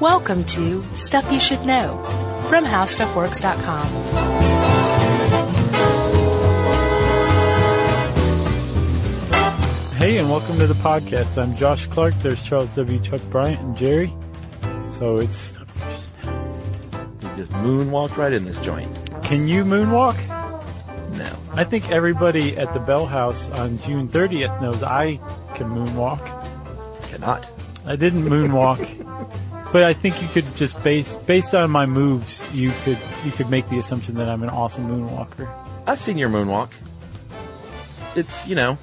Welcome to Stuff You Should Know from HowStuffWorks.com. Hey, and welcome to the podcast. I'm Josh Clark. There's Charles W. Chuck Bryant and Jerry. So it's stuff. you should know. You just moonwalked right in this joint. Can you moonwalk? No. I think everybody at the Bell House on June 30th knows I can moonwalk. Cannot. I didn't moonwalk, but I think you could just base based on my moves, you could you could make the assumption that I'm an awesome moonwalker. I've seen your moonwalk. It's, you know,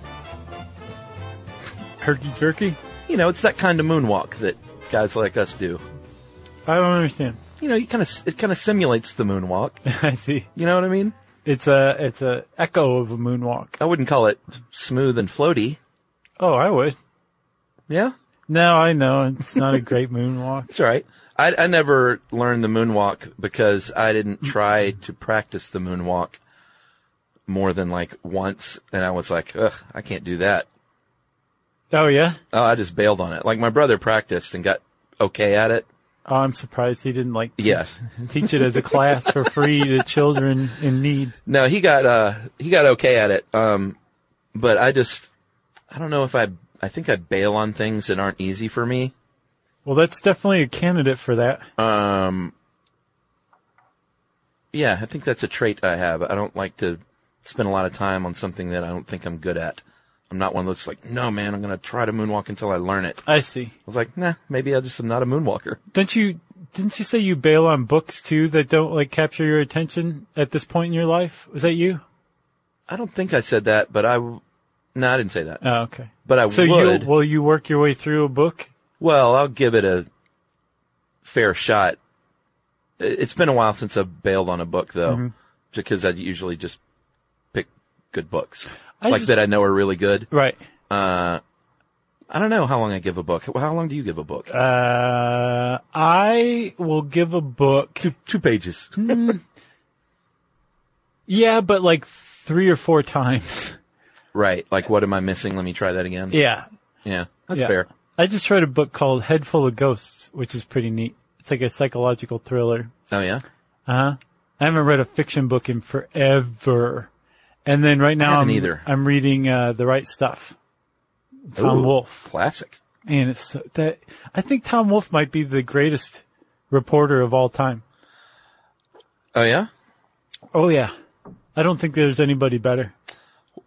Herky jerky? you know, it's that kind of moonwalk that guys like us do. I don't understand. You know, you kind of it kind of simulates the moonwalk. I see. You know what I mean? It's a it's a echo of a moonwalk. I wouldn't call it smooth and floaty. Oh, I would. Yeah, No, I know it's not a great moonwalk. it's all right. I, I never learned the moonwalk because I didn't try to practice the moonwalk more than like once, and I was like, ugh, I can't do that. Oh yeah. Oh, I just bailed on it. Like my brother practiced and got okay at it. Oh, I'm surprised he didn't like Yes. teach it as a class for free to children in need. No, he got uh he got okay at it. Um but I just I don't know if I I think I bail on things that aren't easy for me. Well, that's definitely a candidate for that. Yeah, I think that's a trait I have. I don't like to spend a lot of time on something that I don't think I'm good at. I'm not one of those like, no man, I'm gonna try to moonwalk until I learn it. I I see. was like, nah, maybe I just am not a moonwalker. Don't you? Didn't you say you bail on books too that don't like capture your attention at this point in your life? Was that you? I don't think I said that, but I w- no, I didn't say that. Oh, okay. but I So would. you will you work your way through a book? Well, I'll give it a fair shot. I- It's been a while since I've bailed on a book though, Mm-hmm. because I usually just pick good books, I like just- that I know are really good. Right. I don't know how long I give a book. How- How long do you give a book? Uh, I will give a book. Two pages. Yeah, but like three or four times. right. Like, what am I missing? Let me try that again. Yeah. Yeah, that's Yeah. fair. I just read a book called Head Full of Ghosts, which is pretty neat. It's like a psychological thriller. Oh yeah. I haven't read a fiction book in forever. And then right now I'm, haven't either. I'm reading uh, The Right Stuff. Tom Ooh, Wolfe. Classic. Man, it's so, that I think Tom Wolfe might be the greatest reporter of all time. Oh yeah. Oh yeah. I don't think there's anybody better.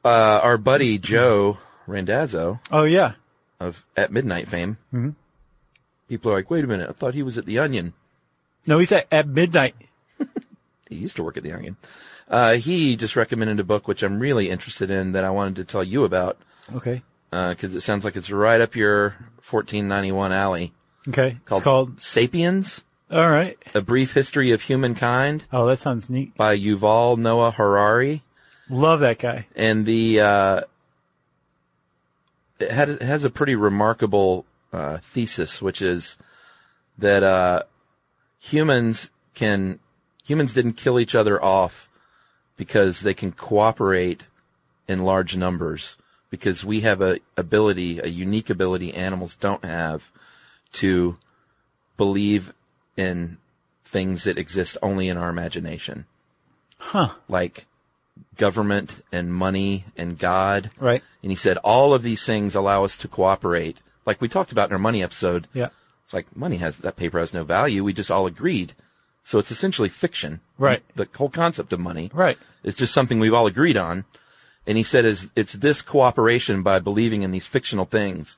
Uh, our buddy Joe Randazzo Oh yeah. of At Midnight fame. Mm-hmm. People are like, wait a minute. I thought he was at the Onion. No, he's at, at midnight. he used to work at the Onion. Uh, he just recommended a book which I'm really interested in that I wanted to tell you about Okay. because it sounds like it's right up your 1491 alley. Okay. Called, It's called *Sapiens: All right. A Brief History of Humankind* Oh, that sounds neat. by Yuval Noah Harari, Love that guy. and the uh, it, had, it has a pretty remarkable uh, thesis, which is that uh, humans can humans didn't kill each other off because they can cooperate in large numbers because we have a ability, a unique ability animals don't have to believe in things that exist only in our imagination. Huh. Like government and money and God. Right. And he said all of these things allow us to cooperate. Like we talked about in our money episode. Yeah. It's like money has that paper has no value. We just all agreed. So it's essentially fiction. Right. The whole concept of money. Right. It's just something we've all agreed on. And he said is it's this cooperation by believing in these fictional things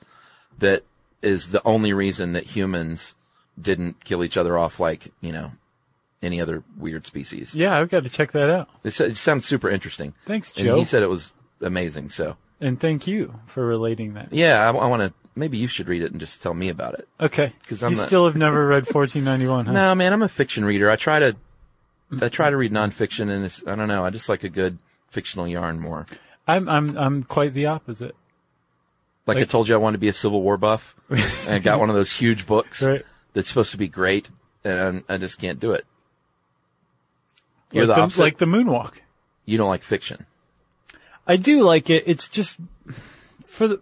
that is the only reason that humans didn't kill each other off like, you know, any other weird species. Yeah, I've got to check that out. It, sa- it sounds super interesting. Thanks, And Joe. he said it was amazing. So And thank you for relating that. yeah, I, want to, maybe you should read it and just tell me about it. Okay. 'Cause you I'm not- still have never read 1491, huh? No, man, I'm a fiction reader. I try to, I try to read nonfiction and it's, I don't know. I just like a good fictional yarn more. I'm I'm I'm quite the opposite. Like, I told you, I wanted to be a Civil War buff, and I got one of those huge books Right. that's supposed to be great, and I'm- I just can't do it. You're like the opposite. like the moonwalk. you don't like fiction. I do like it. It's just for the,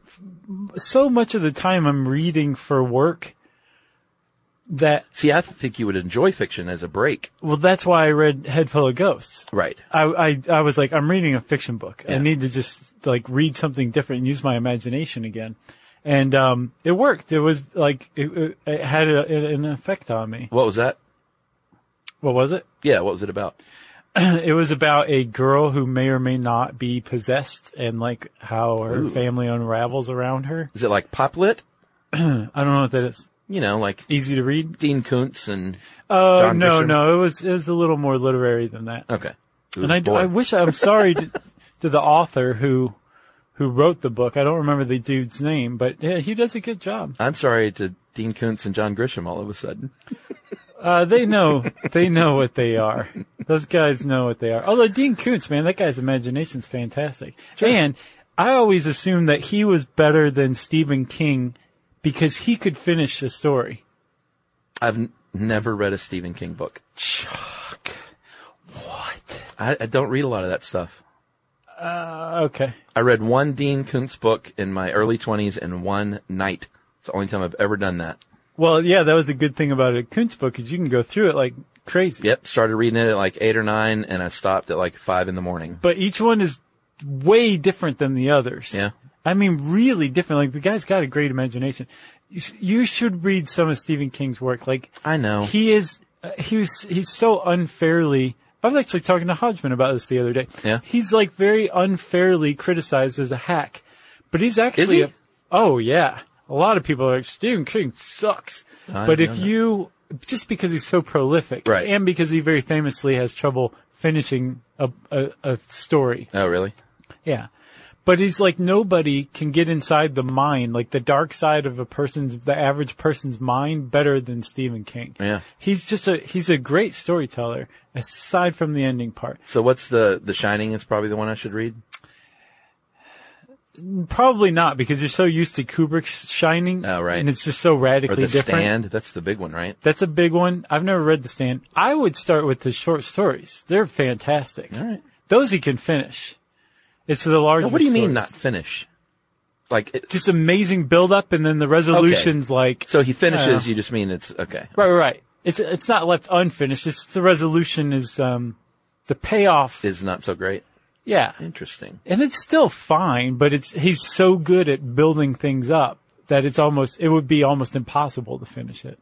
so much of the time I'm reading for work that See, I think you would enjoy fiction as a break. well, that's why I read Head Full of Ghosts. Right. I, I, I was like, I'm reading a fiction book. I Yeah. need to just like read something different and use my imagination again. And, um, it worked. It was like, it, it- it had a, an effect on me. What was that? What was it? Yeah, what was it about? It was about a girl who may or may not be possessed and like how her family unravels around her. Is it like pop lit? I don't know what that is. You know, like Easy to read? Dean Kuntz and Oh, John no, Grisham? no. It was, it was a little more literary than that. Okay. Ooh, And I, boy. I wish I'm sorry to, to the author who who wrote the book. I don't remember the dude's name, but yeah, he does a good job. I'm sorry to Dean Kuntz and John Grisham all of a sudden. Uh, they know they know what they are. Those guys know what they are. Although Dean Koontz, man, that guy's imagination's fantastic. And I always assumed that he was better than Stephen King because he could finish a story. I've n- never read a Stephen King book. What? I, I don't read a lot of that stuff. Okay. I read one Dean Kuntz book in my early 20s and one night. It's the only time I've ever done that. Well, yeah, that was a good thing about a Koontz book is you can go through it like crazy. Yep, started reading it at like 8 or 9 and I stopped at like 5 in the morning. but each one is way different than the others. Yeah. I mean, really different. Like the guy's got a great imagination. You, sh- you should read some of Stephen King's work. Like I know. he is, uh, he was, he's so unfairly. I was actually talking to Hodgman about this the other day. Yeah. He's like very unfairly criticized as a hack, but he's actually Is he? a- oh yeah. A lot of people are like, Stephen King sucks. I but if know that. you, just because he's so prolific Right. and because he very famously has trouble finishing a, a, a story. Oh, really? Yeah. But he's like nobody can get inside the mind, like the dark side of a person's, the average person's mind better than Stephen King. Yeah. He's just a, he's a great storyteller aside from the ending part. So what's the, The Shining is probably the one I should read? Probably not because you're so used to Kubrick's Shining. Oh, right. And it's just so Or radically The different. Stand? That's the big one, right? That's a big one. I've never read The Stand. I would start with the short stories. They're fantastic. All right. Those he can finish. It's the larger. Now, what do you mean stories. not finish? Like, it, Just amazing build up and then the resolution's like. so he finishes, Yeah. you just mean it's, okay. Right, right, right. It's it's not left unfinished. It's the resolution is um the payoff. Is not so great. yeah, Interesting. and it's still fine, but it's he's so good at building things up that it's almost it would be almost impossible to finish it.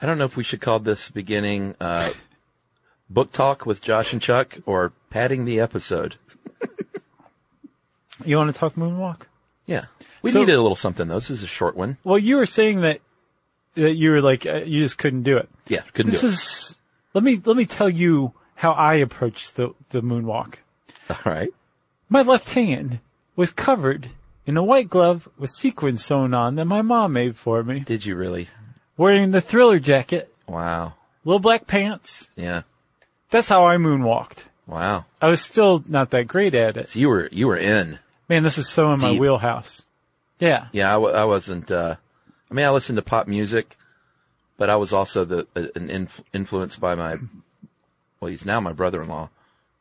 I don't know if we should call this beginning uh, book talk with Josh and Chuck or padding the episode. You want to talk Moonwalk? Yeah, we So- needed a little something though. This is a short one. Well, you were saying that that you were like uh, you just couldn't do it. Yeah, couldn't This do is let me let me tell you how I approached the the Moonwalk. it. All right. My left hand was covered in a white glove with sequins sewn on that my mom made for me. Did you really? wearing the thriller jacket, Wow. little black pants. Yeah. That's how I moonwalked. Wow. I was still not that great at it. So you were you were in. Man, this is so in my Deep. wheelhouse. Yeah. Yeah, I, w- I wasn't. Uh, I mean, I listened to pop music, but I was also the uh, an inf- influenced by my. Well, he's now my brother-in-law,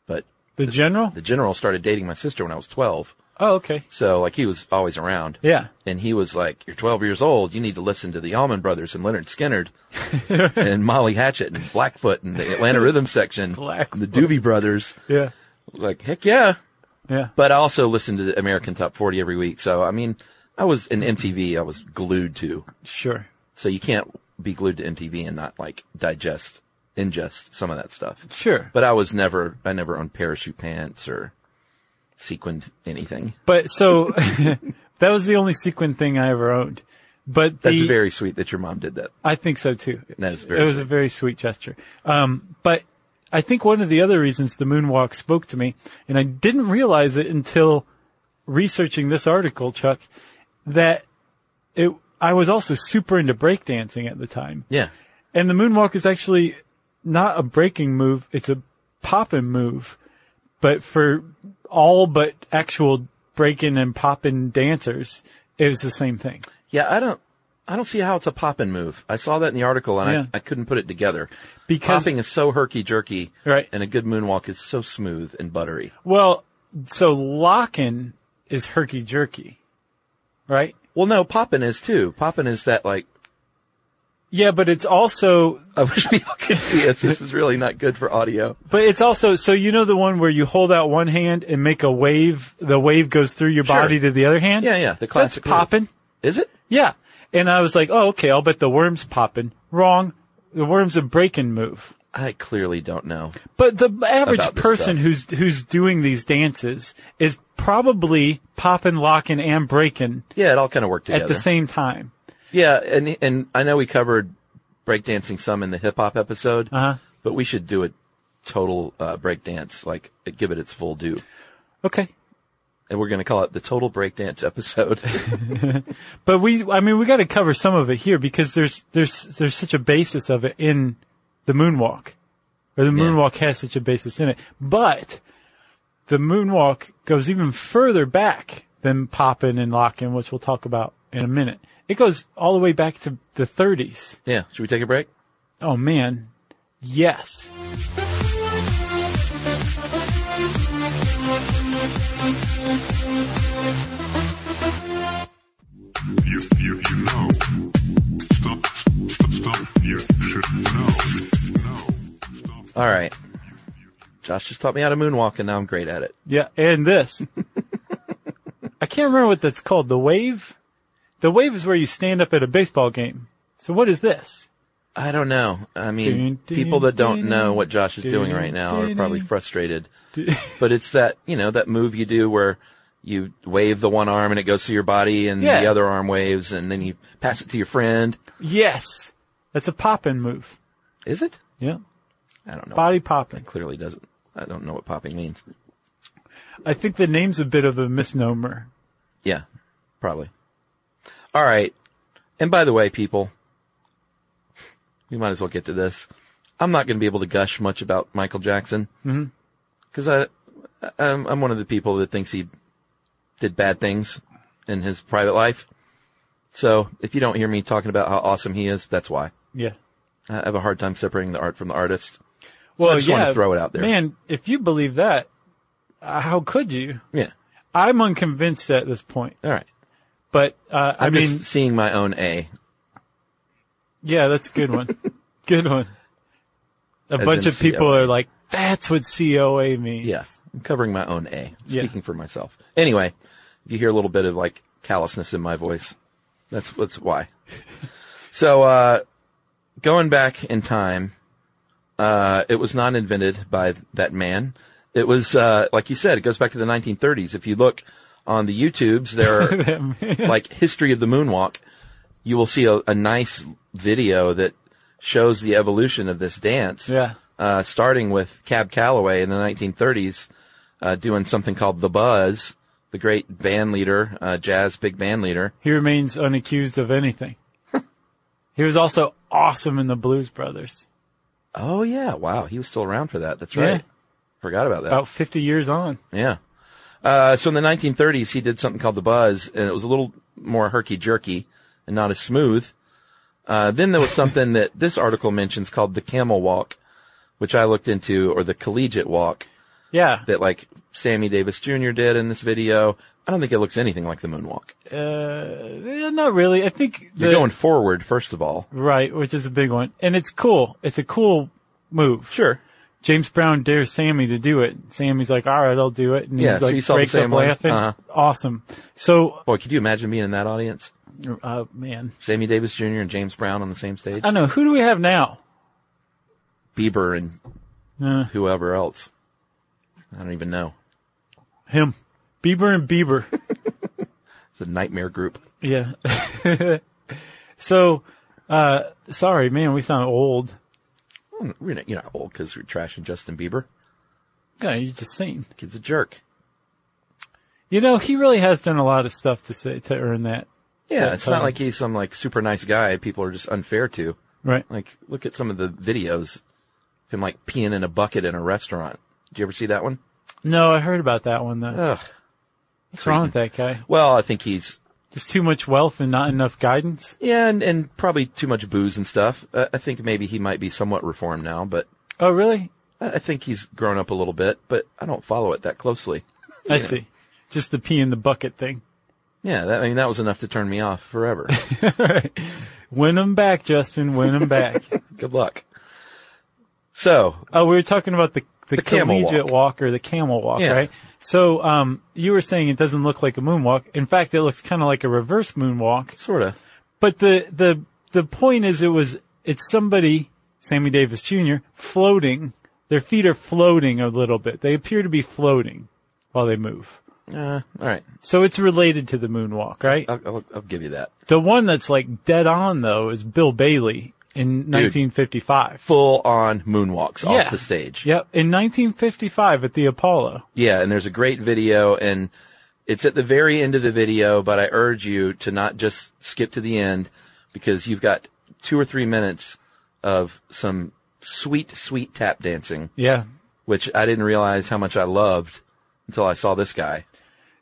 but The general? the general started dating my sister when I was twelve. Oh, okay. So like he was always around. Yeah. And he was like, "You're 12 years old. You need to listen to the Allman Brothers and Leonard Skinner, and Molly Hatchet and Blackfoot and the Atlanta Rhythm Section, Blackfoot. and the Doobie Brothers." Yeah. I was Like, heck yeah! Yeah. But I also listened to the American Top 40 every week. So I mean, I was in MTV. I was glued to. Sure. So you can't be glued to MTV and not like digest, ingest some of that stuff. Sure. But, But I was never, I never owned parachute pants or sequined anything. so that was the only sequin thing I ever owned. But That's the, very sweet that your mom did that. I think so too. That is very it was a sweet. very sweet gesture. Um, but I think one of the other reasons the moonwalk spoke to me, and I didn't realize it until researching this article, Chuck, that it, I was also super into breakdancing at the time. Yeah. And the moonwalk is actually not a breaking move, it's a poppin' move. But for all but actual breaking and poppin' dancers, it was the same thing. Yeah, I don't, I don't see how it's a poppin' move. I saw that in the article and Yeah. I, I couldn't put it together. Because Popping is so herky jerky, Right. And a good moonwalk is so smooth and buttery. Well, so locking is herky jerky, right? Well, no, poppin' is too. Poppin' is that like Yeah, but it's also, I wish people could see us. This is really not good for audio. but it's also, so you know the one where you hold out one hand and make a wave, the wave goes through your Sure. body to the other hand? Yeah, yeah, the classic That's popping. Is it? Yeah. And I was like, oh, okay, I'll bet the worm's popping. Wrong. The worm's a break and move. I clearly don't know. But the average About this person stuff. who's, who's doing these dances is probably popping, locking, and breaking Yeah, it all kind of worked together. at the same time. yeah, and and I know we covered breakdancing some in the hip hop episode, Uh-huh. but we should do a total uh, breakdance, like give it its full due. Okay. And we're going to call it the total breakdance episode. But we, I mean, we got to cover some of it here because there's, there's, there's such a basis of it in the moonwalk. Or the moonwalk has such a basis in it. But the moonwalk goes even further back than popping and locking, which we'll talk about in a minute. It goes all the way back to the 30s. yeah, should we take a break? Oh man. Yes. You, you, you know. Stop, stop, stop. You should know. Know. Stop. All right. Josh just taught me how to moonwalk, and now I'm great at it. Yeah. And this. I can't remember what that's called. The wave? The wave is where you stand up at a baseball game. So what is this? I don't know. I mean, Dun, dun, people that don't dun, know what Josh is dun, doing right now are dun, probably dun. frustrated. But it's that, you know, that move you do where you wave the one arm and it goes to your body and Yeah. the other arm waves and then you pass it to your friend. Yes. That's a poppin' move. Is it? Yeah. I don't know. Body popping. It clearly doesn't. I don't know what popping means. I think the name's a bit of a misnomer. Yeah, probably. All right. And by the way, people, we might as well get to this. I'm not going to be able to gush much about Michael Jackson Mm-hmm. because I, I'm, I'm one of the people that thinks he did bad things in his private life. So if you don't hear me talking about how awesome he is, that's why. Yeah. I have a hard time separating the art from the artist. Well, I just wanted to throw it out there. Man, if you believe that, uh, how could you? Yeah. I'm unconvinced at this point, All right. but uh, I I'm mean, just seeing my own A. yeah, that's a good one. good one. A As bunch in of people COA. are like, that's what COA means. Yeah, I'm covering my own A. Yeah. Speaking for myself. Anyway, if you hear a little bit of like callousness in my voice, that's that's why. so uh, going back in time, uh, it was not invented by that man. It was uh, like you said, it goes back to the 1930s. If you look on the YouTubes, there are like history of the moonwalk. You will see a, a nice video that shows the evolution of this dance Yeah. uh, starting with Cab Calloway in the 1930s, uh, doing something called The Buzz, the great band leader, uh, jazz big band leader. He remains unaccused of anything. he was also awesome in the Blues Brothers. Oh yeah, wow, he was still around for that. That's right. Yeah. Forgot about that. About 50 years on. Yeah. Uh, so in the 1930s, he did something called The Buzz, and it was a little more herky jerky and not as smooth. Uh, then there was something that this article mentions called the Camel Walk, which I looked into, or the Collegiate Walk. Yeah. that like Sammy Davis Jr. did in this video. I don't think it looks anything like the moonwalk. Uh, eh, not really. Mm-hmm. I think You're the- going forward, first of all. right, which is a big one. And it's cool. It's a cool move. Sure. James Brown dares Sammy to do it. Sammy's like, all right, I'll do it. And Yeah, he so like you saw the breaks same up one? laughing. Uh-huh. Awesome. So, Boy, could you imagine being in that audience? uh, man, Sammy Davis Jr. and James Brown on the same stage? I don't know. Who do we have now? Bieber and Uh. whoever else. I don't even know. Him. Bieber and Bieber. It's a nightmare group. yeah. so, uh, sorry, man, we sound old. Hmm, You're not, you're not old because you're trashing Justin Bieber. Yeah, you're just saying. Kid's a jerk. You know, he really has done a lot of stuff to say, to earn that. Yeah, it's not um, like he's some like super nice guy people are just unfair to. Right. Like, look at some of the videos of him like peeing in a bucket in a restaurant. Did you ever see that one? No, I heard about that one though. Ugh. What's wrong with that guy? Well, I think he's Just too much wealth and not enough guidance? yeah, and, and probably too much booze and stuff. Uh, I think maybe he might be somewhat reformed now, but Oh, really? I I think he's grown up a little bit. But I don't follow it that closely. I see. Just the pee in the bucket thing. Yeah, that, I mean that was enough to turn me off forever. Win them back, Justin. Win them back. Good luck. So, Oh, we were talking about the the, The camel collegiate walk. walk. or the camel walk, Yeah. right? So, um, you were saying it doesn't look like a moonwalk. In fact, it looks kind of like a reverse moonwalk. sort of. But the the the point is, it was it's somebody, Sammy Davis Jr. floating. Their feet are floating a little bit. They appear to be floating while they move. Uh, all right. So it's related to the moonwalk, right? I'll, I'll, I'll give you that. the one that's like dead on though is Bill Bailey in 1955. Full on moonwalks Yeah. off the stage. Yep, in 1955 at the Apollo. Yeah, and there's a great video and it's at the very end of the video, but I urge you to not just skip to the end because you've got two or three minutes of some sweet, sweet tap dancing, Yeah, which I didn't realize how much I loved until I saw this guy.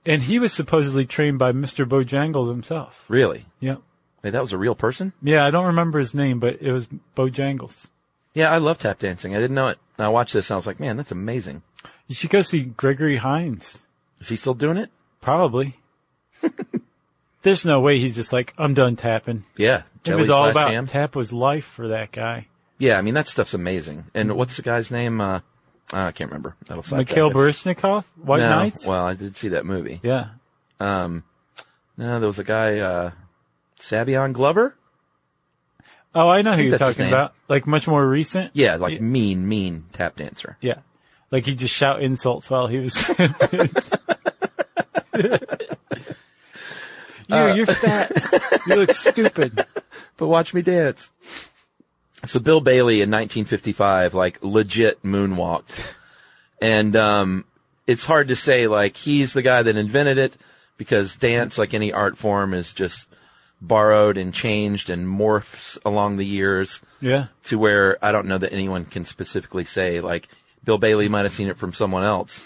And he was supposedly trained by Mr. Bojangles himself. Really? Yeah. Wait, that was a real person? Yeah, I don't remember his name, but it was Bojangles. Yeah, I love tap dancing. I didn't know it. And I watched this and I was like, man, that's amazing. You should go see Gregory Hines. Is he still doing it? Probably. There's no way he's just like, I'm done tapping. Yeah. It Jelly's was all Last about Jam. tap was life for that guy. Yeah, I mean, that stuff's amazing. And what's the guy's name? Uh, I can't remember. That'll slide Mm-hmm. Mikhail back. It's- Baryshnikov? White no, Knights? Well, I did see that movie. yeah. No, there was a guy, uh, Savion Glover? Oh, I know who you're that's his talking name. about. Like much more recent? Yeah, like mean, mean tap dancer. Yeah. Like he'd just shout insults while he was. you, you're fat. You look stupid. But watch me dance. So Bill Bailey in 1955, like legit moonwalked. And, um, it's hard to say, like, he's the guy that invented it because dance, like any art form, is just borrowed and changed and morphs along the years. Yeah. to where I don't know that anyone can specifically say like Bill Bailey might have seen it from someone else.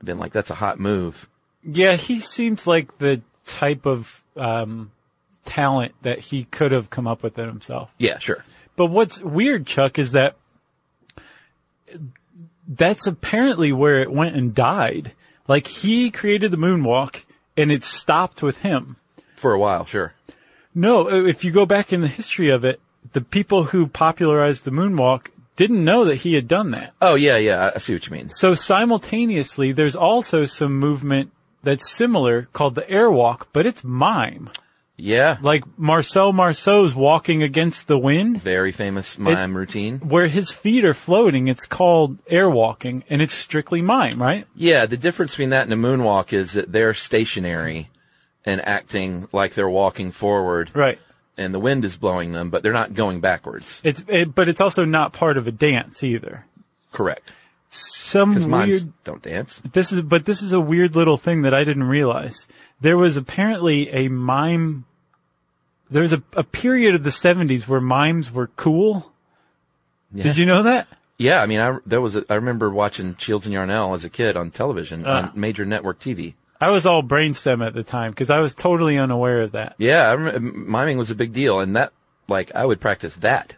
I've been like, that's a hot move. Yeah, he seems like the type of um, talent that he could have come up with it himself. Yeah, sure. But what's weird, Chuck, is that that's apparently where it went and died. Like he created the moonwalk, and it stopped with him. For a while, sure. No, if you go back in the history of it, the people who popularized the moonwalk didn't know that he had done that. Oh yeah, yeah. I- I see what you mean. So simultaneously, there's also some movement that's similar called the airwalk, but it's mime. Yeah. like Marcel Marceau's walking against the wind, Very famous mime routine. where his feet are floating. It's called airwalking, and it's strictly mime, right? Yeah. The difference between that and a moonwalk is that they're stationary and acting like they're walking forward Right. and the wind is blowing them, but they're not going backwards. It's it, but it's also not part of a dance either. Correct. Some Because weird. mimes don't dance. This is but this is a weird little thing that I didn't realize. There was apparently a mime. There was a, a period of the '70s where mimes were cool. Did you know that? Yeah, I mean, I there was a, I remember watching Shields and Yarnell as a kid on television on major network TV. I was all brainstem at the time because I was totally unaware of that. Yeah, I rem- miming was a big deal, and that like I would practice that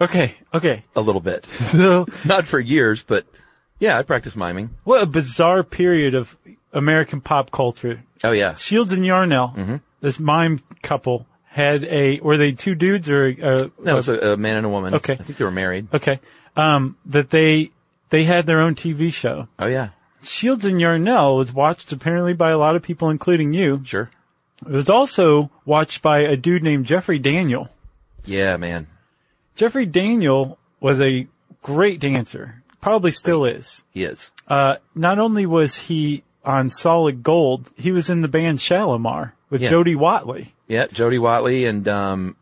Okay, okay. a little bit, So not for years, but yeah, I practiced miming. What a bizarre period of American pop culture. Oh yeah, Shields and Yarnell, this mime couple, had a were they two dudes or uh, no, it was a, a man and a woman. Okay. I think they were married. okay? Um, that they they had their own TV show. Oh yeah, Shields and Yarnell was watched apparently by a lot of people, including you. sure. It was also watched by a dude named Jeffrey Daniel. Yeah, man. Jeffrey Daniel was a great dancer, probably still is. He is. Uh, not only was he on Solid Gold, he was in the band Shalimar with Yeah. Jody Watley. Yeah, Jody Watley and um,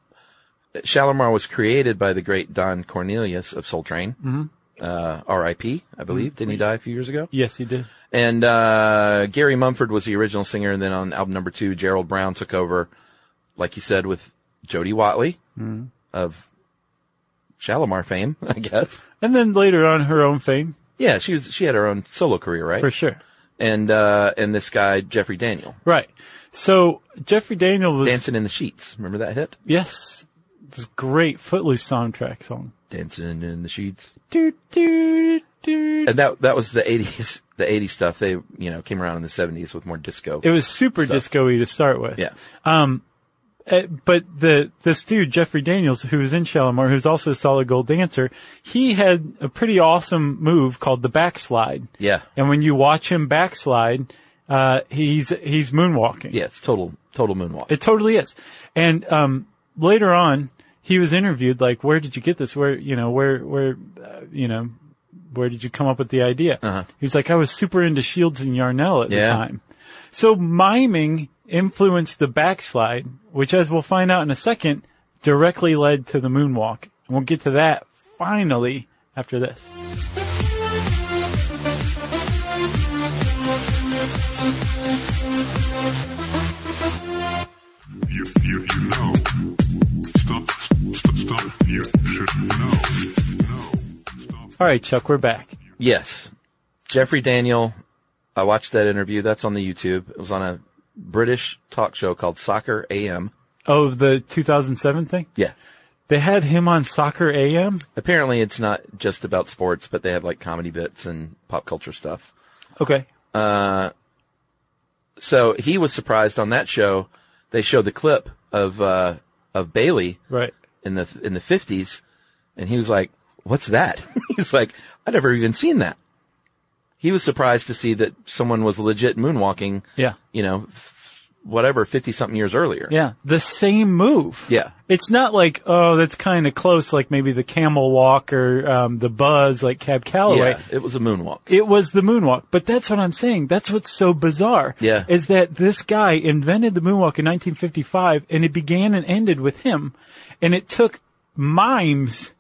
Shalimar was created by the great Don Cornelius of Soul Train. Mm-hmm. Uh, R.I.P. I believe. Didn't he die a few years ago? Yes, he did. And uh, Gary Mumford was the original singer, and then on album number two, Gerald Brown took over, like you said, with Jody Watley Mm-hmm. of Shalimar fame, I guess. And then later on, her own fame Yeah, she was she had her own solo career, right? for sure. And uh, and this guy Jeffrey Daniel, Right. So Jeffrey Daniel was Dancing in the Sheets. Remember that hit? yes, this great Footloose soundtrack song. Dancing in the Sheets. Doo, doo, doo. And that that was the eighties the 80s stuff. They you know came around in the seventies with more disco. It was super disco-y to start with. yeah. uh, but the this dude Jeffrey Daniels, who was in Shalimar, who's also a solid gold dancer, he had a pretty awesome move called the backslide. Yeah. And when you watch him backslide, uh, he's he's moonwalking. Yeah, it's total total moonwalk. It totally is. And um, later on, he was interviewed like, "Where did you get this? Where you know where where uh, you know where did you come up with the idea?" Uh-huh. He was like, "I was super into Shields and Yarnell at Yeah. the time." So miming influenced the backslide, which, as we'll find out in a second, directly led to the moonwalk. And we'll get to that finally after this. You, you, you know. Stop, stop, stop. You should know. Know. Stop. All right, Chuck, we're back. Yes. Jeffrey Daniel, I watched that interview. That's on the YouTube. It was on a British talk show called Soccer AM. Oh, the 2007 thing? Yeah. They had him on Soccer AM? Apparently it's not just about sports, but they have like comedy bits and pop culture stuff. Okay. So he was surprised on that show. They showed the clip of, uh, of Bailey Right. in the, in the fifties and he was like, what's that? He's like, I never even seen that. He was surprised to see that someone was legit moonwalking, Yeah. you know, f- whatever, 50 something years earlier. Yeah. The same move. Yeah. It's not like, oh, that's kind of close, like maybe the camel walk or um, the buzz, like Cab Calloway. Yeah, it was a moonwalk. Oh, It was the moonwalk, but that's what I'm saying. That's what's so bizarre. Yeah. Is that this guy invented the moonwalk in 1955 and it began and ended with him. And it took mimes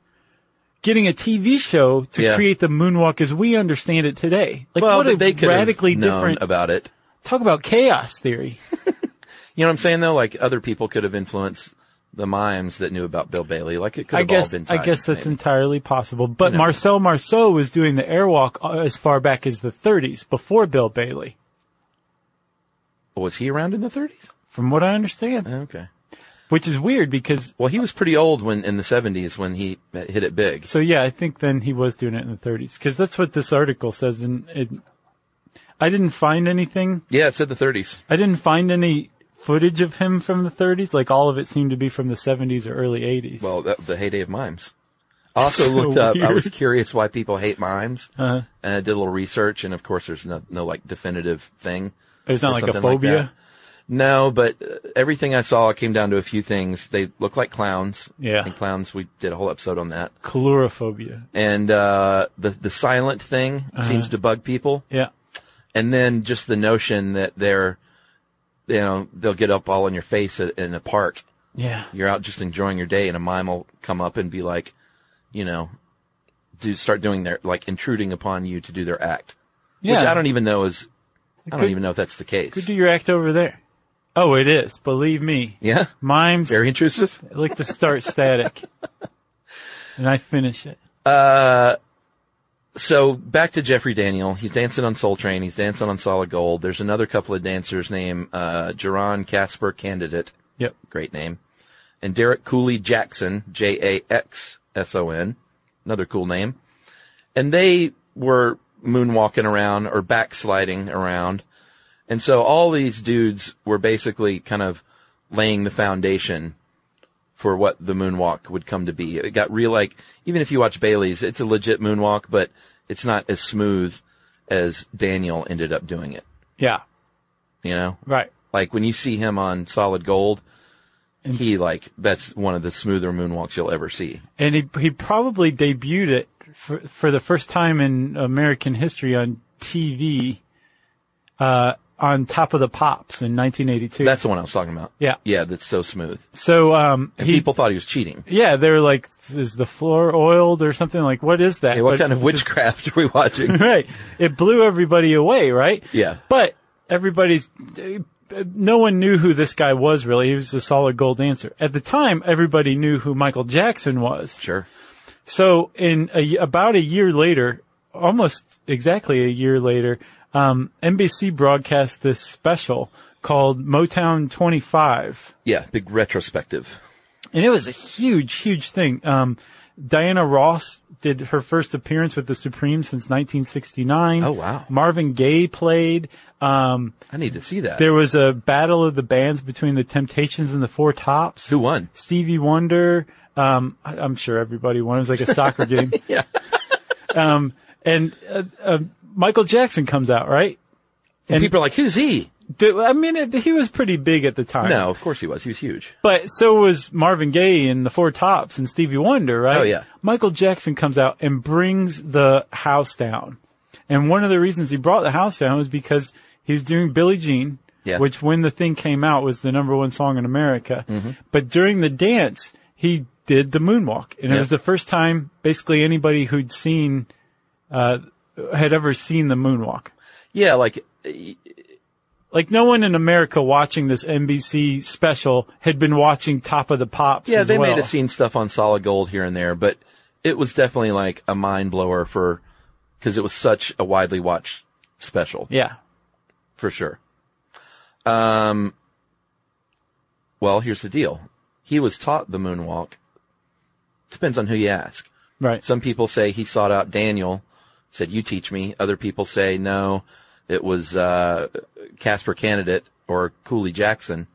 getting a TV show to Yeah. create the moonwalk as we understand it today. Like well, what a but they could radically have known different, about it. talk about chaos theory. You know what I'm saying though? Like other people could have influenced the mimes that knew about Bill Bailey. Like it could I have guess, all been. I tied, guess that's maybe. entirely possible. But Marcel Marceau was doing the airwalk uh, as far back as the 30s before Bill Bailey, was he around in the 30s? from what I understand, Okay. which is weird because, Well, he was pretty old when in the 70s when he hit it big. so yeah, I think then he was doing it in the 30s because that's what this article says. And it, I didn't find anything. Yeah, it said the 30s. I didn't find any footage of him from the 30s. Like all of it seemed to be from the 70s or early 80s. Well, that, the heyday of mimes. I also So looked up. I was weird. Uh-huh. curious why people hate mimes, and I did a little research. And of course, there's no no like definitive thing. It's not or like a something phobia? that. no, but uh, everything I saw came down to a few things. They look like clowns. Yeah. and clowns. We did a whole episode on that. Calorophobia. And uh, the the silent thing Uh-huh. seems to bug people. Yeah. And then just the notion that they're, you know, they'll get up all in your face at, in a park Yeah. you're out just enjoying your day and a mime will come up and be like, you know, do start doing their, like intruding upon you to do their act. Which I don't even know is, I don't Could- even know if that's the Could case. do your act over there. Oh, it is. Believe me. yeah. Mimes Very intrusive. I like to start static. And I finish it. So back to Jeffrey Daniel. He's dancing on Soul Train. He's dancing on Solid Gold. There's another couple of dancers named, uh, Jerron Casper Candidate. Yep. Great name. And Derek Cooley Jackson, J-A-X-S-O-N. Another cool name. And they were moonwalking around or backsliding around. And so all these dudes were basically kind of laying the foundation for what the moonwalk would come to be. It got real like, even if you watch Bailey's, it's a legit moonwalk, but it's not as smooth as Daniel ended up doing it, Yeah. you know? Right. Like when you see him on Solid Gold, he like that's one of the smoother moonwalks you'll ever see. And he he probably debuted it for, for the first time in American history on TV uh, on Top of the Pops in 1982. That's the one I was talking about. Yeah. yeah, that's so smooth. so um And he people thought he was cheating. yeah they were like is the floor oiled or something like what is that? Hey, what But- kind of witchcraft are we watching? right. It blew everybody away, right? Yeah. But everybody's, no one knew who this guy was really. He was a solid gold dancer. At the time, everybody knew who Michael Jackson was. sure. So in a, about a year later, almost exactly a year later, um, NBC broadcast this special called Motown 25 Yeah, big retrospective. and it was a huge, huge thing. Um, Diana Ross did her first appearance with the Supremes since 1969. Oh, wow. Marvin Gaye played. Um, I need to see that. there was a battle of the bands between the Temptations and the Four Tops. Who won? Stevie Wonder. Um, I, I'm sure everybody won. It was like a soccer game. Yeah. Um, and uh, uh, Michael Jackson comes out, right? and people are like, who's he? Do- I mean, it, he was pretty big at the time. No, of course he was. He was huge. But so was Marvin Gaye and the Four Tops and Stevie Wonder, right? Oh, yeah. Michael Jackson comes out and brings the house down. And one of the reasons he brought the house down was because he was doing Billie Jean, Yeah. which when the thing came out was the number one song in America. Mm-hmm. But during the dance, he did the moonwalk. And it Yeah. was the first time basically anybody who'd seen, uh, had ever seen the moonwalk. Yeah, like eh, Like no one in America watching this NBC special had been watching Top of the Pops. yeah, as they may well. have seen stuff on solid gold here and there, but it was definitely like a mind blower for because it was such a widely watched special Yeah. for sure. Um, well, here's the deal: he was taught the moonwalk. Depends on who you ask. Right. Some people say he sought out Daniel, said, you teach me. Other people say, no, it was, uh, Casper Candidate or Cooley Jackson.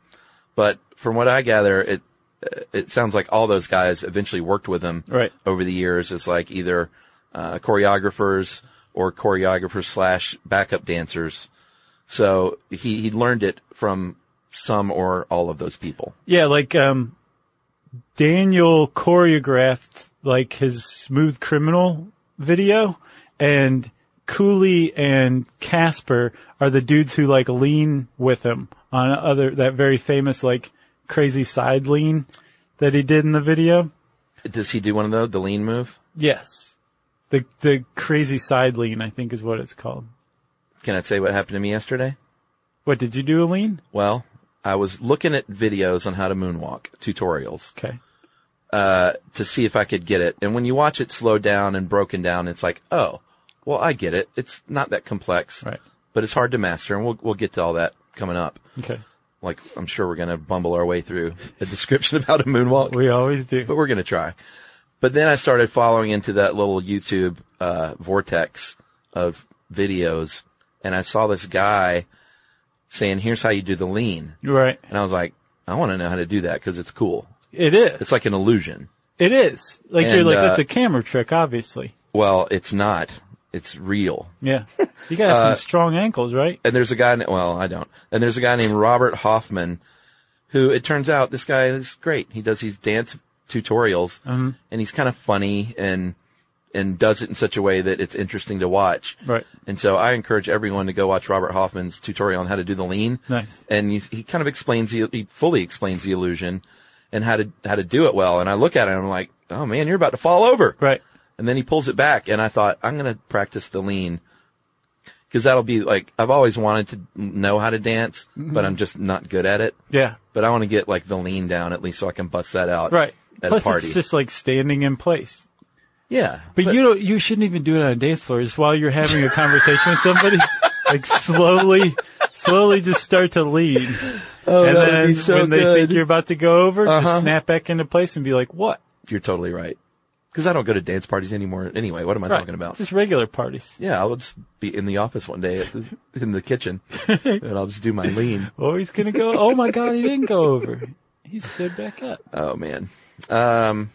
But from what I gather, it, uh, it sounds like all those guys eventually worked with him Right. over the years as like either, uh, choreographers or choreographers slash backup dancers. So he, he learned it from some or all of those people. yeah, like um Daniel choreographed like his smooth criminal video and Cooley and Casper are the dudes who like lean with him on other that very famous like crazy side lean that he did in the video. Does he do one of those, the lean move? Yes. The the crazy side lean I think is what it's called. Can I say what happened to me yesterday? What did you do a lean? Well, I was looking at videos on how to moonwalk tutorials Okay. to see if I could get it. And when you watch it slowed down and broken down, it's like, oh, well, I get it. It's not that complex, Right. but it's hard to master. And we'll, we'll get to all that coming up. Okay. Like I'm sure we're going to bumble our way through a description about a moonwalk, We always do. but we're going to try. But then I started following into that little YouTube, uh, vortex of videos and I saw this guy saying, here's how you do the lean. Right. And I was like, I want to know how to do that because it's cool. It is. It's like an illusion. It is. Like you're And, like uh, that's a camera trick, obviously. Well, it's not. It's real. Yeah, you got Uh, some strong ankles, right? And there's a guy, na- well, I don't. And there's a guy named Robert Hoffman who it turns out this guy is great. He does these dance tutorials Mm-hmm. and he's kind of funny and, and does it in such a way that it's interesting to watch. Right. And so I encourage everyone to go watch Robert Hoffman's tutorial on how to do the lean. Nice. And he, he kind of explains the, he fully explains the illusion and how to, how to do it well. And I look at it and I'm like, oh man, you're about to fall over. Right. And then he pulls it back and I thought, I'm going to practice the lean because that'll be like, I've always wanted to know how to dance, Mm-hmm. but I'm just not good at it. Yeah. But I want to get like the lean down at least so I can bust that out. Right. At Plus, a party. it's just like standing in place. yeah. But, you don't. You shouldn't even do it on a dance floor. Just while you're having a conversation with somebody, like slowly, slowly just start to lean. Oh, and that would then be so when they think good. you're about to go over, Uh-huh. just snap back into place and be like, "What?" You're totally right. Cause I don't go to dance parties anymore. Anyway, what am I Right. talking about? Just regular parties. Yeah, I'll just be in the office one day at the, in the kitchen and I'll just do my lean. Oh, he's gonna go. Oh my God, he didn't go over. He stood back up. Oh man. Um,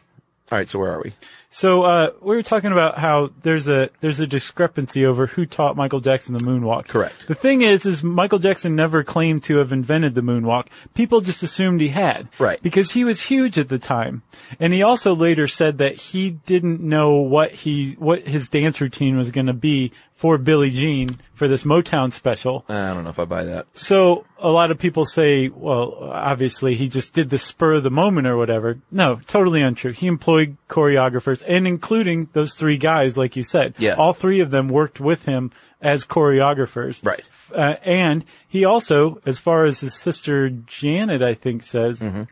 all right. So where are we? So uh, we were talking about how there's a there's a discrepancy over who taught Michael Jackson the moonwalk. Correct. The thing is, is Michael Jackson never claimed to have invented the moonwalk. People just assumed he had. Right. Because he was huge at the time, and he also later said that he didn't know what he what his dance routine was going to be for Billie Jean for this Motown special. I don't know if I buy that. So a lot of people say, well, obviously he just did the spur of the moment or whatever. No, totally untrue. He employed choreographers and including those three guys, like you said. Yeah. All three of them worked with him as choreographers. Right. Uh, and he also, as far as his sister Janet, I think says, Mm-hmm.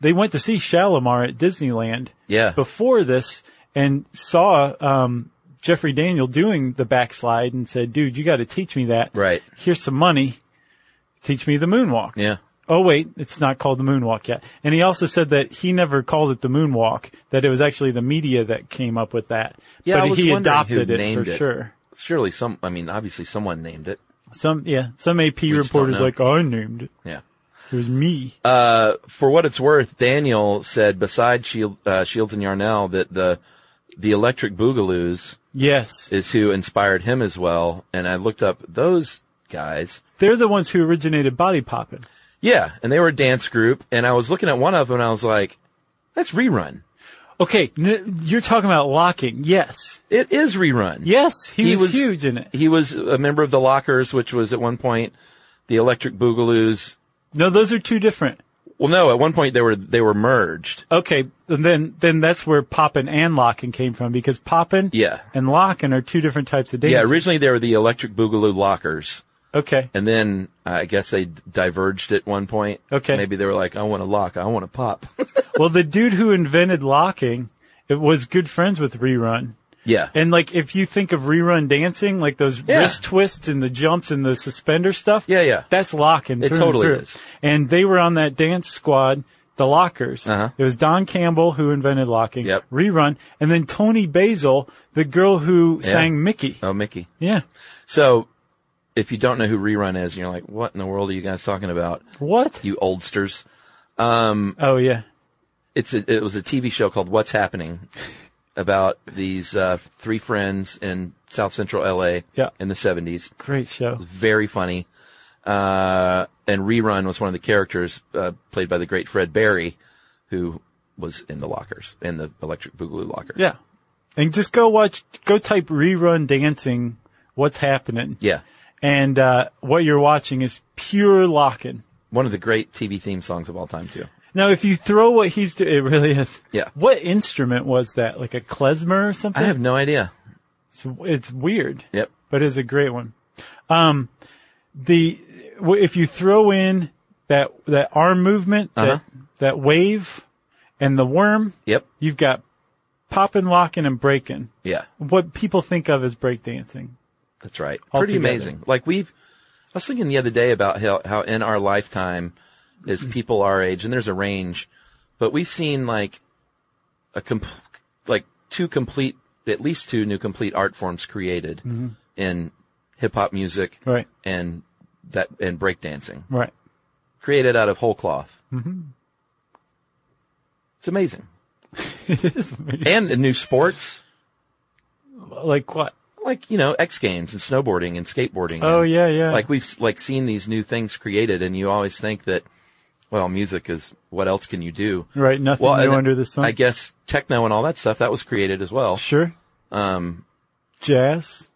they went to see Shalimar at Disneyland Yeah. before this and saw um, Jeffrey Daniel doing the backslide and said, "Dude, you got to teach me that. Right. Here's some money. Teach me the moonwalk." Yeah. oh wait, it's not called the moonwalk yet. And he also said that he never called it the moonwalk, that it was actually the media that came up with that. Yeah, but I was he wondering adopted who it named for it. sure. Surely some, I mean, obviously someone named it. Some, yeah, some AP don't reporters know. like, "Oh, I named it. Yeah. It was me. Uh, for what it's worth, Daniel said beside Shield, uh, Shields and Yarnell that the, the Electric Boogaloos yes. is who inspired him as well. And I looked up those guys. They're the ones who originated body poppin'. Yeah. And they were a dance group. And I was looking at one of them and I was like, that's rerun. Okay, n- you're talking about locking. Yes. It is rerun. Yes, he, He was, was- huge in it. He was a member of the Lockers, which was at one point the Electric Boogaloos. No, those are two different. Well, no, at one point they were, they were merged. Okay, and then then that's where poppin' and lockin' came from because poppin' Yeah. and lockin' are two different types of dance. Yeah. Originally they were the Electric Boogaloo Lockers. okay, And then uh, I guess they d- diverged at one point. Okay. Maybe they were like, I want to lock. I want to pop. well, the dude who invented locking it was good friends with Rerun. yeah. And like, if you think of Rerun dancing, like those Yeah. wrist twists and the jumps and the suspender stuff, Yeah, yeah. that's locking. It through and totally through. is. And they were on that dance squad, the Lockers. Uh-huh. It was Don Campbell who invented locking. Yep. Rerun, and then Tony Basil, the girl who Yeah. sang Mickey. oh, Mickey. Yeah. So if you don't know who Rerun is, you're like, what in the world are you guys talking about? What? You oldsters. oh yeah. It's a, it was a TV show called What's Happening about these uh, three friends in South Central LA Yeah. in the 70s. Great show. Very funny. Uh, and Rerun was one of the characters uh, played by the great Fred Barry, who was in the lockers, in the Electric Boogaloo lockers. Yeah. And just go watch, go type Rerun dancing. What's happening? Yeah. And, uh, what you're watching is pure locking. One of the great TV theme songs of all time, too. Now, if you throw what he's doing, it really is. Yeah. What instrument was that? Like a klezmer or something? I have no idea. It's, it's weird. Yep. But it's a great one. Um, the, w- if you throw in that, that arm movement, Uh-huh. that, that wave and the worm, Yep. you've got popping, locking, and breaking. Yeah. What people think of as breakdancing. That's right. Pretty Altogether. amazing. Like we've, I was thinking the other day about how, how in our lifetime as people our age, and there's a range, but we've seen like a comp, like two complete, at least two new complete art forms created in hip hop music Right. and that, and breakdancing Right. created out of whole cloth. Mm-hmm. It's amazing. It is amazing. And new sports, Like what? like, you know, X games and snowboarding and skateboarding. Oh and- yeah, yeah. like we've like seen these new things created and you always think that well music is what else can you do right. Nothing well new and under the sun. i guess techno and all that stuff that was created as well Sure. Um, jazz.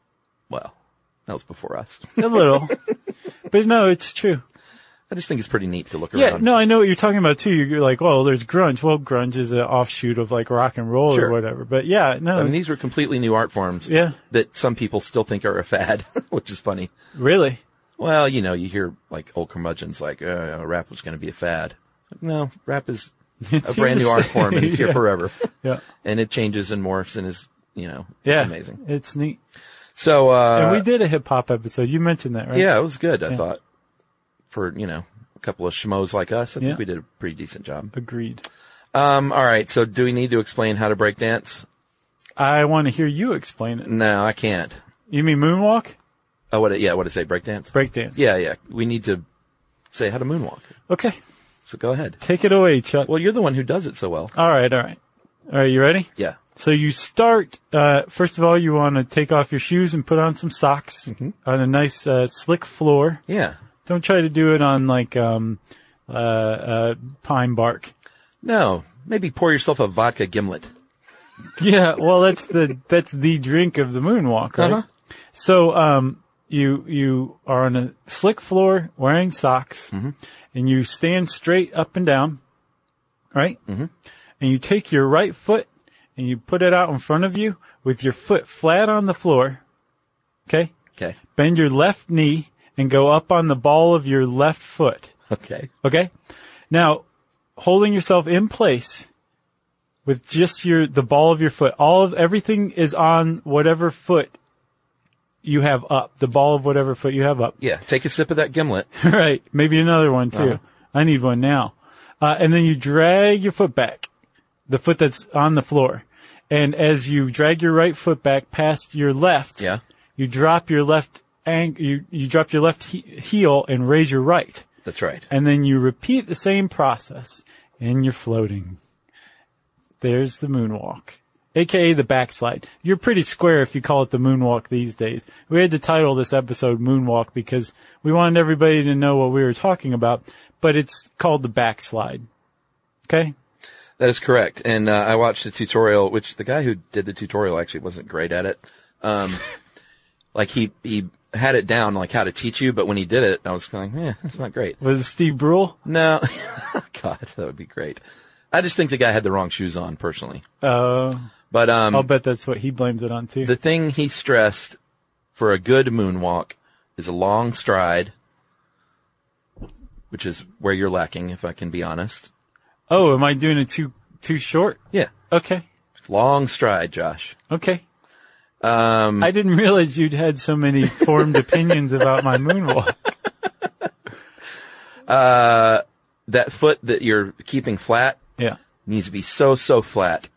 well that was before us A little. but no, it's true. i just think it's pretty neat to look Yeah. around No, I know what you're talking about too. You're like, well, there's grunge. Well, grunge is an offshoot of like rock and roll Sure. or whatever. But yeah, no, i mean these were completely new art forms Yeah. that some people still think are a fad which is funny really. well you know you hear like old curmudgeons like uh, rap was going to be a fad Like, no rap is a brand new the art form and it's here Yeah. forever Yeah. and it changes and morphs and is you know Yeah. it's amazing It's neat. So uh And we did a hip hop episode. You mentioned that, right? Yeah, it was good, I thought. For, you know, a couple of schmoes like us, I think Yeah. we did a pretty decent job. Agreed. Um all right, so do we need to explain how to break dance? I want to hear you explain it. No, I can't. You mean moonwalk? Oh, what yeah, what did I say? Break dance? Breakdance. Yeah, yeah. We need to say how to moonwalk. Okay. So go ahead. Take it away, Chuck. Well, you're the one who does it so well. all right. All right. All right. You ready? Yeah. So you start, uh, first of all, you want to take off your shoes and put on some socks Mm-hmm. on a nice, uh, slick floor. Yeah. Don't try to do it on like, um, uh, uh, pine bark. No, maybe pour yourself a vodka gimlet. Yeah. Well, that's the, that's the drink of the moonwalk, right? Uh-huh. So, um, you, you are on a slick floor wearing socks and you stand straight up and down, right? Mm-hmm. And you take your right foot and you put it out in front of you with your foot flat on the floor. Okay. Okay. bend your left knee and go up on the ball of your left foot. Okay. Okay. Now, holding yourself in place with just your, the ball of your foot, all of everything is on whatever foot you have up, the ball of whatever foot you have up. Yeah, take a sip of that gimlet. right. Maybe another one too. I need one now. Uh, and then you drag your foot back, the foot that's on the floor. And as you drag your right foot back past your left, Yeah. you drop your left ang- you, you drop your left he- heel and raise your right. That's right. And then you repeat the same process and you're floating. There's the moonwalk. AKA the backslide. You're pretty square if you call it the moonwalk these days. We had to title this episode Moonwalk because we wanted everybody to know what we were talking about, but it's called the backslide. Okay? That is correct. And uh, I watched a tutorial, which the guy who did the tutorial actually wasn't great at it. Um, like he he had it down, like how to teach you, but when he did it, I was going, yeah, that's not great. Was it Steve Brule? No, God, that would be great. I just think the guy had the wrong shoes on, personally. Uh, But um, I'll bet that's what he blames it on too. the thing he stressed for a good moonwalk is a long stride, which is where you're lacking, if I can be honest. oh, am I doing it too, too short? Yeah, Okay. long stride, Josh. Okay. Um, I didn't realize you'd had so many formed opinions about my moonwalk. That foot that you're keeping flat Yeah. needs to be so so flat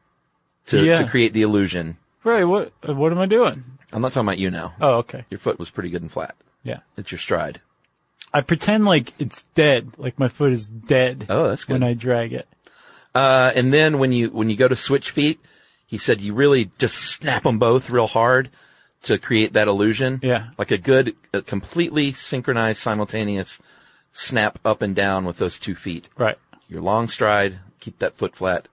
to Yeah. to create the illusion. Right. What What am I doing? I'm not talking about you now. Oh, okay. Your foot was pretty good and flat. Yeah. It's your stride. I pretend like it's dead, like my foot is dead. Oh, that's good. When I drag it. Uh, and then when you when you go to switch feet, he said you really just snap them both real hard to create that illusion. Yeah. like a good, a completely synchronized, simultaneous snap up and down with those two feet. Right. Your long stride, keep that foot flat,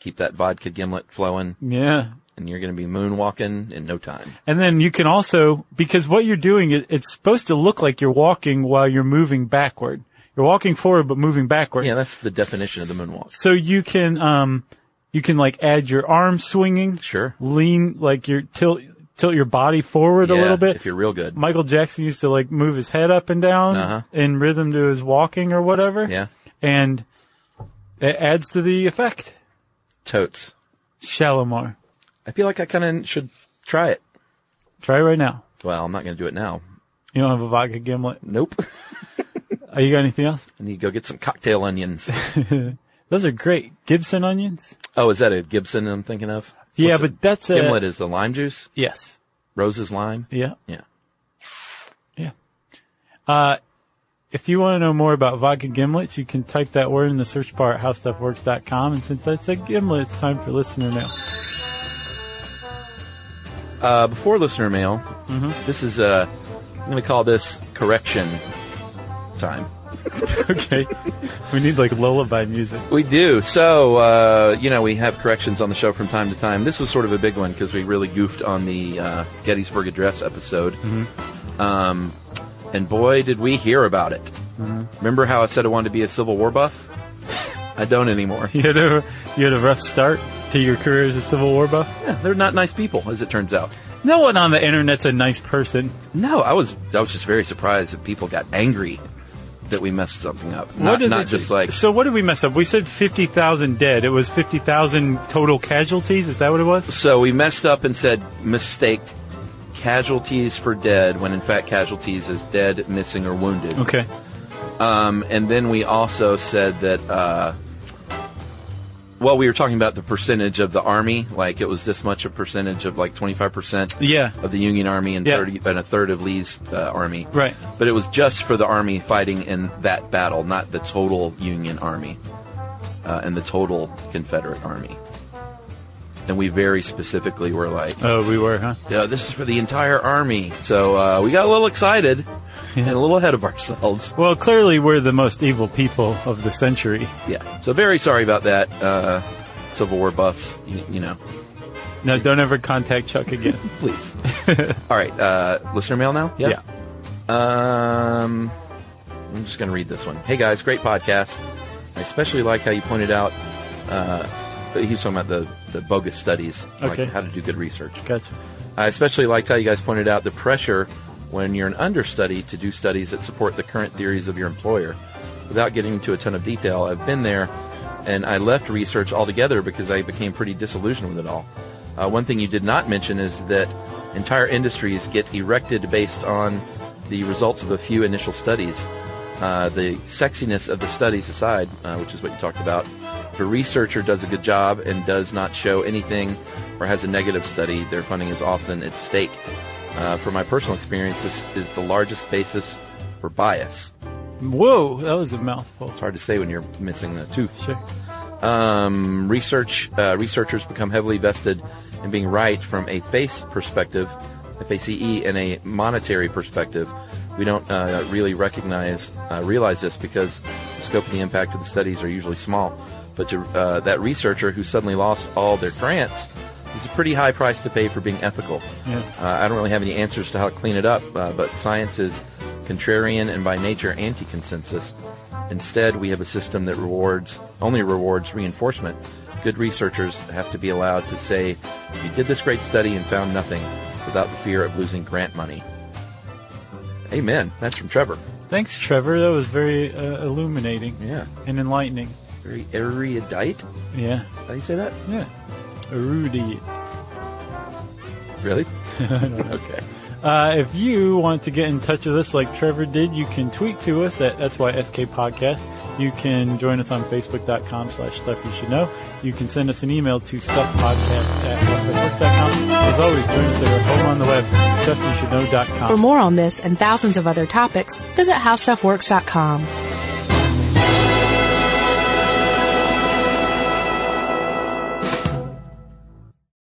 keep that vodka gimlet flowing, Yeah. and you're going to be moonwalking in no time. And then you can also, because what you're doing, it, it's supposed to look like you're walking while you're moving backward. You're walking forward, but moving backward. Yeah, that's the definition of the moonwalk. So you can, um, you can like add your arm swinging. Sure. Lean, like your tilt, tilt your body forward a Yeah, little bit. If you're real good. Michael Jackson used to like move his head up and down Uh-huh. in rhythm to his walking or whatever. Yeah. And it adds to the effect. Totes. Shalimar. I feel like I kind of should try it. Try right now. Well, I'm not going to do it now. You don't have a vodka gimlet. Nope. Are you got anything else? I need to go get some cocktail onions. Those are great. Gibson onions? Oh, is that a Gibson I'm thinking of? Yeah, What's but it- that's a- Gimlet is the lime juice. Yes. Rose's lime. Yeah. Yeah. Yeah. Uh, if you want to know more about vodka gimlets, you can type that word in the search bar at howstuffworks.com. And since I said gimlet, it's time for listener mail. Uh, before listener mail, Mm-hmm. this is, uh, I'm going to call this correction time. Okay. we need like lullaby music. We do. So, uh, you know, we have corrections on the show from time to time. This was sort of a big one because we really goofed on the uh, Gettysburg Address episode. Mm-hmm. Um, and boy, did we hear about it. Mm-hmm. Remember how I said I wanted to be a Civil War buff? I don't anymore. You had a, you had a rough start to your career as a Civil War buff. Yeah, they're not nice people, as it turns out. No one on the internet's a nice person. No, I was I was just very surprised that people got angry that we messed something up. What Not, did not this- just like So what did we mess up? We said 50,000 dead. It was 50,000 total casualties. Is that what it was? So we messed up and said mistaked casualties for dead when in fact casualties is dead, missing, or wounded. Okay. Um, and then we also said that, uh, well, we were talking about the percentage of the army, like it was this much a percentage of like 25% Yeah. of the Union Army and, Yeah. 30, and a third of Lee's uh, army. Right. But it was just for the army fighting in that battle, not the total Union Army uh, and the total Confederate Army. And we very specifically were like, Oh, we were, huh? yeah, this is for the entire army. So uh, we got a little excited and a little ahead of ourselves. Well, clearly we're the most evil people of the century. Yeah. So very sorry about that, uh, Civil War buffs. You, you know, No, don't ever contact Chuck again. please. All right. Uh, listener mail now. Yeah. Um, I'm just going to read this one. Hey guys, great podcast. I especially like how you pointed out. Uh, he was talking about the the bogus studies, Okay. like how to do good research. Gotcha. I especially liked how you guys pointed out the pressure when you're an understudy to do studies that support the current theories of your employer. Without getting into a ton of detail, I've been there and I left research altogether because I became pretty disillusioned with it all. Uh, one thing you did not mention is that entire industries get erected based on the results of a few initial studies. uh, the sexiness of the studies aside, uh, which is what you talked about, if a researcher does a good job and does not show anything or has a negative study, their funding is often at stake. Uh, from my personal experience, this is the largest basis for bias. Whoa, that was a mouthful. It's hard to say when you're missing a tooth. Sure. Um, research uh, researchers become heavily vested in being right from a face perspective, F A C E, and a monetary perspective. We don't uh, really recognize uh, realize this because the scope and the impact of the studies are usually small. But to uh, that researcher who suddenly lost all their grants is a pretty high price to pay for being ethical. Yeah. Uh, I don't really have any answers to how to clean it up, uh, but science is contrarian and by nature anti-consensus. Instead, we have a system that rewards only rewards reinforcement. Good researchers have to be allowed to say, "You did this great study and found nothing," without the fear of losing grant money. Amen. That's from Trevor. Thanks, Trevor. That was very uh, illuminating Yeah, and enlightening. very erudite. Yeah, How do you say that? yeah. Rudy. Really? okay. Uh, if you want to get in touch with us like Trevor did, you can tweet to us at SYSK Podcast. You can join us on Facebook.com slash Stuff You Should Know. You can send us an email to StuffPodcast at WesternWorks.com. As always, join us at our home on the web, StuffYouShouldKnow.com. For more on this and thousands of other topics, visit HowStuffWorks.com.